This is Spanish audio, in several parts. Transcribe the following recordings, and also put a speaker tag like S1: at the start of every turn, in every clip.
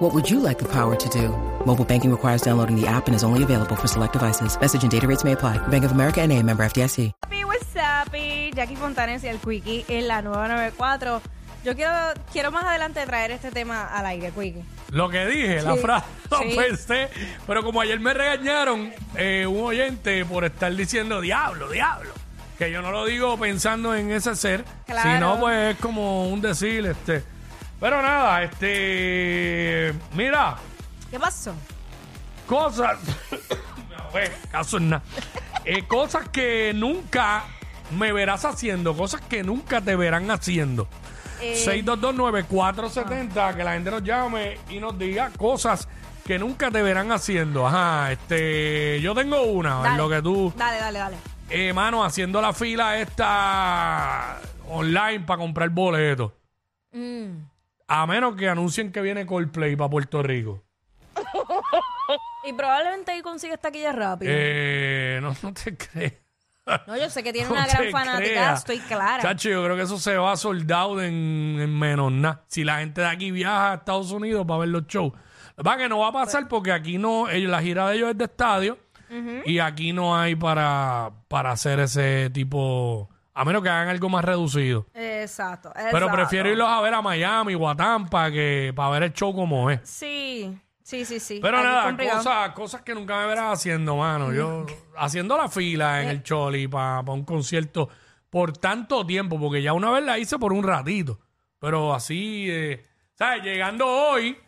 S1: What would you like the power to do? Mobile banking requires downloading the app and is only available for select devices. Message and data rates may apply. Bank of America and a member FDIC.
S2: Happy, what's up? Y Jackie Fontanes y el Quickie en la 994. Yo quiero, quiero más adelante traer este tema al aire, Quickie.
S3: Lo que dije, la
S2: Sí,
S3: frase, la
S2: sí.
S3: pensé. Pero como ayer me regañaron eh, un oyente por estar diciendo diablo, diablo. Que yo no lo digo pensando en ese ser,
S2: Claro.
S3: sino pues es como un decir, este. Pero nada, este. Mira,
S2: ¿Qué pasó?
S3: cosas. No, eh, caso en nada. Eh, cosas que nunca me verás haciendo, cosas que nunca te verán haciendo.
S2: Eh,
S3: 6229470, que la gente nos llame y nos diga cosas que nunca te verán haciendo. Ajá, este, yo tengo una, en
S2: dale.
S3: lo que tú,
S2: Dale, dale, dale.
S3: eh, mano, haciendo la fila esta online para comprar boletos.
S2: Mm.
S3: A menos que anuncien que viene Coldplay para Puerto Rico.
S2: Y probablemente ahí consigues taquilla rápido.
S3: Eh, no, no te crees.
S2: no, yo sé que tiene
S3: No
S2: una
S3: te
S2: gran fanática,
S3: creas.
S2: estoy clara.
S3: Chacho, yo creo que eso se va soldado en, en menos nada. Si la gente de aquí viaja a Estados Unidos para ver los shows. Va que no va a pasar
S2: Pues-
S3: porque aquí no, ellos- la gira de ellos es de estadio y aquí no hay para, para hacer ese tipo, a menos que hagan algo más reducido.
S2: Exacto,
S3: Pero
S2: exacto.
S3: prefiero irlos a ver a Miami o a Tampa que para ver el show como es.
S2: Sí, sí, sí, sí.
S3: Pero
S2: Aquí es
S3: nada,
S2: complicado.
S3: cosas, cosas que nunca me verás haciendo, mano. Yo haciendo la fila en
S2: Eh.
S3: el Choli para un concierto por tanto tiempo, porque ya una vez la hice por un ratito. Pero así, eh, ¿sabes? Llegando hoy,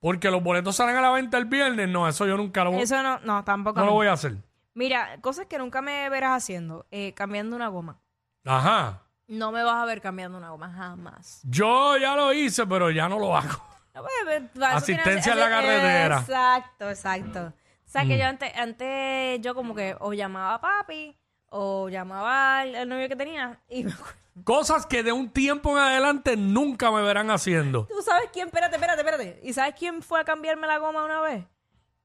S3: porque los boletos salen a la venta el viernes, no, eso yo nunca lo,
S2: Eso no, no, tampoco.
S3: no
S2: no.
S3: lo voy a hacer.
S2: Mira, cosas que nunca me verás haciendo. eh, cambiando una goma.
S3: Ajá.
S2: No me vas a ver cambiando una goma jamás.
S3: Yo ya lo hice, pero ya no lo hago.
S2: No, pues, pues, para eso tiene-
S3: Asistencia en la Mm. carretera.
S2: Exacto, exacto. O sea, que yo antes, antes yo como que o llamaba a papi o llamaba al, al novio que tenía y me acuerdo-
S3: Cosas que de un tiempo en adelante nunca me verán haciendo.
S2: ¿Tú sabes quién? Espérate, espérate, espérate. ¿Y sabes quién fue a cambiarme la goma una vez?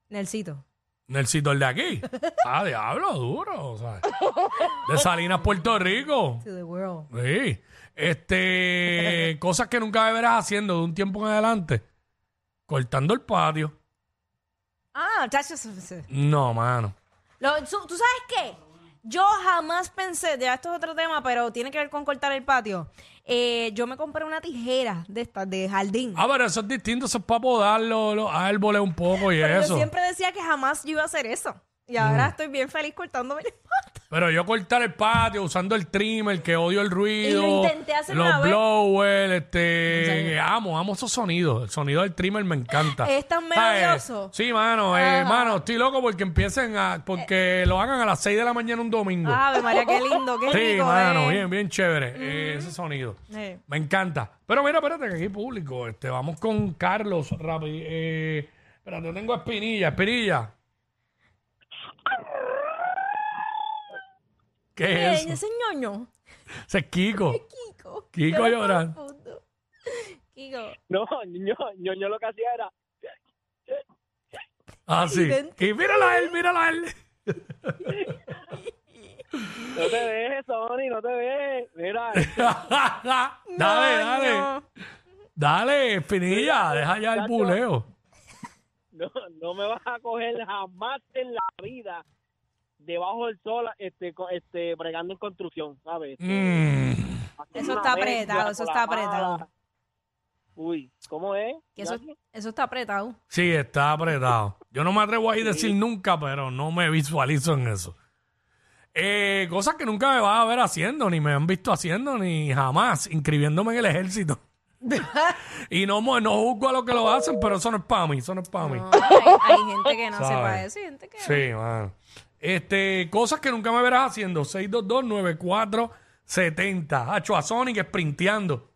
S2: Nelsito.
S3: Nelsito, el de aquí. Ah, diablo, duro, ¿sabes? De Salinas, Puerto Rico.
S2: To the world.
S3: Sí. Este, cosas que nunca me verás haciendo de un tiempo en adelante. Cortando el patio.
S2: Ah, chacho. se- se-
S3: No, mano.
S2: Lo- su- ¿Tú sabes qué? Yo jamás pensé, ya esto es otro tema, pero tiene que ver con cortar el patio. Eh, yo me compré una tijera de estas, de jardín.
S3: Ah, pero eso es distinto, eso es para podar los, los árboles un poco y
S2: Pero
S3: eso. Mm.
S2: Yo siempre decía que jamás yo iba a hacer eso. Y ahora estoy bien feliz cortándome el pato.
S3: Pero yo cortar el patio usando el trimmer, que odio el ruido.
S2: Y lo intenté hacer
S3: los
S2: una vez.
S3: blowers, este. Amo, amo esos sonidos. El sonido del trimmer me encanta.
S2: Es tan
S3: ¿Sabes?
S2: melodioso.
S3: Sí, mano, eh,
S2: Ajá. Eh.
S3: mano, estoy loco porque empiecen a. porque lo hagan a las 6 de la mañana un domingo.
S2: Ave María, qué lindo, qué
S3: sí,
S2: Ah, rico.
S3: mano,
S2: eh.
S3: bien, bien chévere. eh, ese sonido.
S2: Eh.
S3: Me encanta. Pero mira, espérate, que aquí hay público. Este, vamos con Carlos rápido. Eh, espérate, yo tengo a Espinilla, Espinilla. ¿Qué es
S2: Bien,
S3: eso?
S2: ese ñoño.
S3: Ese es Kiko.
S2: Kiko.
S3: Kiko
S2: Yo lo
S3: llorando.
S2: confundo. Kiko.
S4: No, ño, ñoño lo que hacía era.
S3: Ah, sí.
S2: Idéntico.
S3: Y míralo a él, míralo a él.
S4: No te dejes, Sony, no te dejes. Mira,
S3: dale, dale.
S2: Ñoño.
S3: Dale, Espinilla, deja ya el
S4: Chacho.
S3: buleo.
S4: no, no me vas a coger jamás en la vida debajo del sol, este, co- este, bregando en construcción, ¿sabes?
S3: Mm.
S2: Eso está apretado, eso está apretado.
S4: Uy, ¿cómo es?
S2: Que eso,
S4: Jackie?
S2: eso está apretado.
S3: Sí, está apretado. Yo no me atrevo a ir a decir nunca, pero no me visualizo en eso. Eh, cosas que nunca me vas a ver haciendo, ni me han visto haciendo, ni jamás, inscribiéndome en el ejército. y no, mo- no juzgo a los que lo hacen, pero eso no es para mí, eso no es para mí.
S2: No, hay, hay gente que no
S3: Sabe.
S2: sepa eso. hay gente que.
S3: Sí, mano. Este, cosas que nunca me verás haciendo. 622-9470. Hacho a Sonic sprinteando.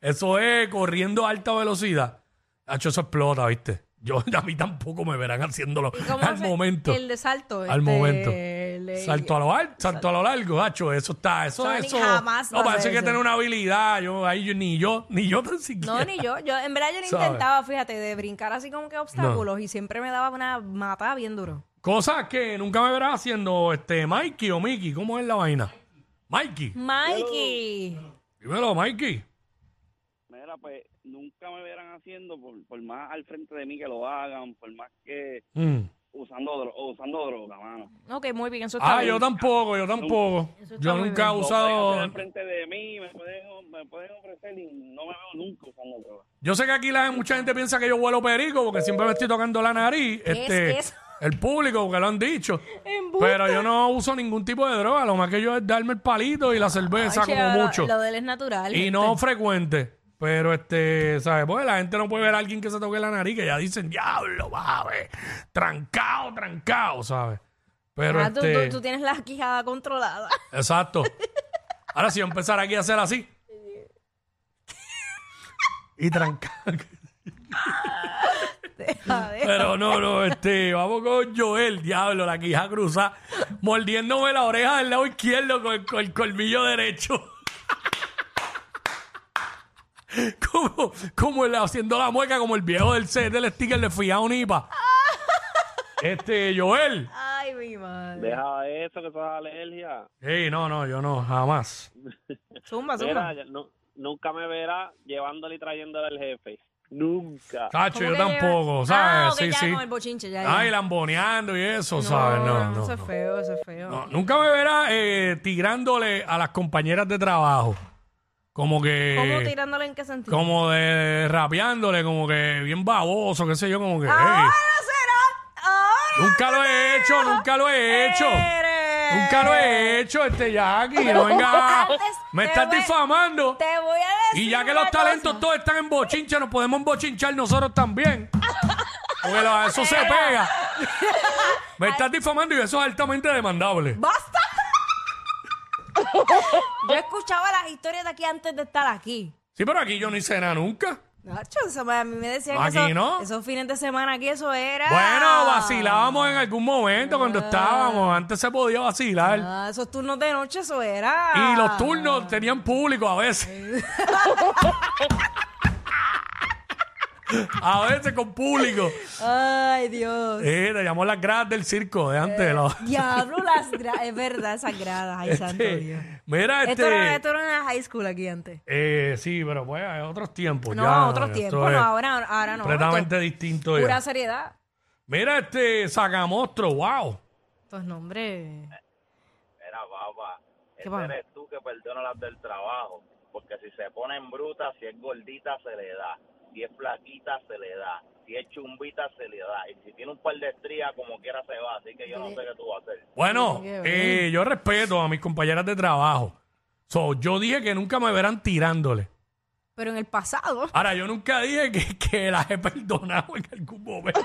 S3: eso es corriendo a alta velocidad. Hacho, eso explota, ¿viste? Yo, a mí tampoco me verán haciéndolo
S2: ¿Cómo
S3: al
S2: hace
S3: momento.
S2: El de salto.
S3: Al momento.
S2: El le-
S3: Salto a lo alto, salto a lo largo, gacho, eso está, eso,
S2: Sonic
S3: eso.
S2: jamás va
S3: no,
S2: a
S3: parece
S2: hacer
S3: que
S2: eso.
S3: tiene una habilidad, yo, ahí yo- ni yo, ni yo tan siquiera.
S2: No, ni yo. yo en verdad yo no
S3: ¿Sabe?
S2: intentaba, fíjate, de brincar así como que obstáculos y siempre me daba una matada bien duro.
S3: Cosas que nunca me verás haciendo este Mikey o Mickey, ¿cómo es la vaina? Mikey,
S2: Mikey.
S3: dímelo, Mikey.
S5: Mira, pues nunca me verán haciendo, por, por más al frente de mí que lo hagan, por más que
S3: Mm.
S5: usando, dro- usando droga, mano.
S2: Ok, muy bien, eso está
S3: Ah,
S2: bien.
S3: yo tampoco, yo tampoco.
S2: Eso está
S3: Yo
S2: muy
S3: nunca he
S2: bien.
S5: Lo pueden hacer
S3: usado.
S5: al frente de mí, me pueden, me pueden ofrecer y no me veo nunca usando droga.
S3: Yo sé que aquí la, mucha gente piensa que yo vuelo perico porque siempre me estoy tocando la nariz.
S2: ¿Qué es
S3: este,
S2: eso?
S3: El público, porque lo han dicho.
S2: Embuste.
S3: Pero yo no uso ningún tipo de droga. Lo más que yo es darme el palito y la cerveza
S2: Ah, Ay, che,
S3: como
S2: lo-
S3: mucho.
S2: Lo, de él es natural.
S3: y
S2: gente.
S3: no frecuente. Pero, este, ¿sabes? Porque la gente no puede ver a alguien que se toque la nariz, que ya dicen, diablo, ver Trancado, trancado, ¿sabes? Pero,
S2: Ah, tú,
S3: este,
S2: tú- tú tienes la quijada controlada.
S3: exacto. Ahora, si yo empezar aquí a hacer así. y trancado.
S2: A ver.
S3: Pero no, no, este, vamos con Joel, diablo, la quija cruzada, mordiéndome la oreja del lado izquierdo con, el- con el colmillo derecho. como, como el- haciendo la mueca como el viejo del, set del sticker de Fia Unipa. Este, Joel.
S2: Ay, mi madre.
S5: Deja eso, que eso es alergia.
S3: Ey, no, no, yo no, jamás.
S2: Zumba, zumba.
S5: nunca me verá llevándole y trayéndole al jefe. Nunca.
S2: ¿Cómo
S3: Cacho, yo
S2: que llega?
S3: tampoco,
S2: Ah,
S3: ¿sabes?
S2: ok,
S3: sí,
S2: ya
S3: sí.
S2: con el bochinche, ya. ya.
S3: Ay, lamboneando y eso, ¿sabes? No, no.
S2: Eso es
S3: no.
S2: feo, eso es feo.
S3: No, nunca me verás eh, tirándole a las compañeras de trabajo. Como que.
S2: ¿Cómo tirándole en qué sentido?
S3: como de rapeándole, como que bien baboso, qué sé yo, como que.
S2: ¡Ahora
S3: hey,
S2: será! ¡Ahora!
S3: nunca lo he hecho, nunca lo he hecho.
S2: eres!
S3: Nunca lo he hecho, este Jackie. No venga.
S2: Antes
S3: Me
S2: Eh. te
S3: estás
S2: voy-
S3: difamando.
S2: Te voy a decir.
S3: Y ya que
S2: una
S3: los talentos
S2: cosa.
S3: todos están en bochincha, nos podemos embochinchar nosotros también. Porque lo- eso se pega. Me estás difamando y eso es altamente demandable.
S2: ¡Basta! Yo escuchaba las historias de aquí antes de estar aquí.
S3: Sí, pero aquí yo no hice nada nunca.
S2: Nacho, eso me- a mí me decían
S3: Aquí
S2: que eso-
S3: no.
S2: esos fines de semana aquí eso era.
S3: Bueno,
S2: Ah.
S3: vacilábamos en algún momento cuando estábamos. Antes se podía vacilar.
S2: Ah, esos turnos de noche eso era.
S3: Y los turnos tenían público a veces. a veces con público.
S2: Ay, Dios.
S3: Eh, le llamó las gradas del circo de antes. de los-
S2: Diablo, las gra- es verdad, esas gradas. Eh. Ay, santo Dios.
S3: Este, Mira este...
S2: Esto, era, esto era una high school aquí antes.
S3: Eh, sí, pero pues hay otros tiempos.
S2: No,
S3: ya,
S2: otros
S3: esto
S2: tiempos,
S3: es
S2: no, ahora, ahora no.
S3: Completamente
S2: esto
S3: distinto.
S2: es
S3: ya.
S2: Pura seriedad.
S3: Mira este sacamostro, wow.
S2: Pues no, hombre.
S5: Era baba.
S2: ¿Qué pasa?
S5: Ese este eres tú que perdona las del trabajo. Porque si se ponen brutas, si es gordita, se le da. Si es flaquita, se le da. Si es chumbita, se le da. Y si tiene un par de estrías, como quiera se va. Así que yo no sé qué tú vas a hacer.
S3: Bueno,
S2: Qué
S3: eh, yo respeto a mis compañeras de trabajo. So, yo dije que nunca me verán tirándole.
S2: Pero en el pasado.
S3: Ahora, yo nunca dije que, que las he perdonado en algún momento.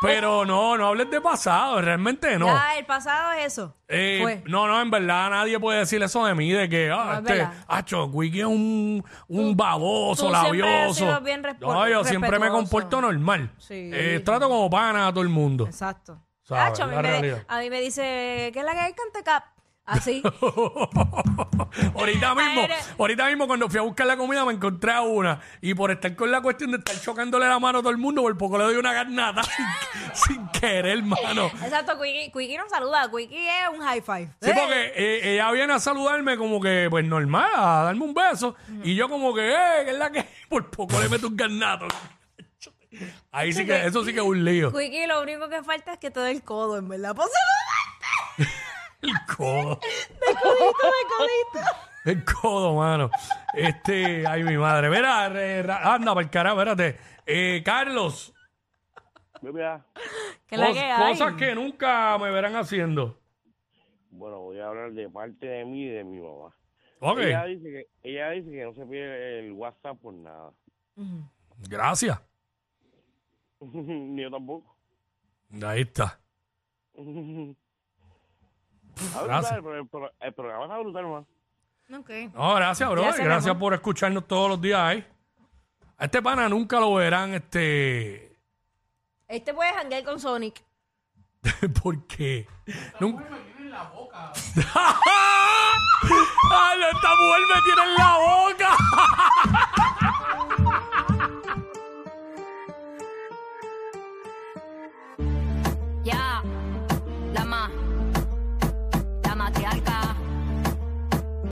S3: Pero no, no hables de pasado, realmente no.
S2: Ya, el pasado es eso.
S3: Eh,
S2: Fue.
S3: no, no, en verdad nadie puede decir eso de mí, de que,
S2: No, es
S3: ah, este,
S2: verdad.
S3: acho, Wiki es un, un baboso,
S2: tú siempre has
S3: labioso.
S2: sido bien respo-
S3: no, yo siempre me
S2: respetuoso.
S3: comporto normal.
S2: Sí.
S3: Eh, trato como pana a todo el mundo.
S2: Exacto.
S3: Sabes,
S2: Nacho, a, mí
S3: la
S2: me,
S3: realidad.
S2: a mí me dice, ¿qué es la que hay cantecap? Así.
S3: ahorita mismo,
S2: Aire.
S3: ahorita mismo cuando fui a buscar la comida me encontré a una y por estar con la cuestión de estar chocándole la mano a todo el mundo, por poco le doy una garnata sin, sin querer, mano.
S2: Exacto, Quickie, Quickie no saluda, Quickie es un high five.
S3: Sí, porque eh, ella viene a saludarme como que, pues normal, a darme un beso. Y yo como que, eh, que es la que por poco le meto un garnato. Ahí sí que, eso sí que es un lío.
S2: Quickie lo único que falta es que te dé el codo, en verdad. Pues se
S3: El codo. Oh,
S2: lo da, codito.
S3: El codo, mano. Este, ay, mi madre. Verá, anda, para el carajo, espérate. Eh, Carlos,
S6: Mira,
S2: ¿Qué es la
S3: cos-
S2: que hay?
S3: cosas que nunca me verán haciendo.
S6: bueno, voy a hablar de parte de mí y de mi mamá.
S3: Ok,
S6: Ella, dice que, ella dice que no se pide el WhatsApp por nada.
S2: Ujú.
S3: gracias.
S6: Ni yo tampoco.
S3: Ahí está.
S6: Está brutal,
S3: Gracias.
S6: el, pro- el pro- el programa está brutal, man.
S2: Ok.
S3: No, gracias, bro.
S2: Gracias,
S3: Gracias,
S2: mi amor.
S3: por escucharnos todos los días ahí. A este pana nunca lo verán, este.
S2: Este puede janguear con Sonic.
S3: porque. Nunca. ¡Ah, ¡Ay, esta mujer me tiene en la boca!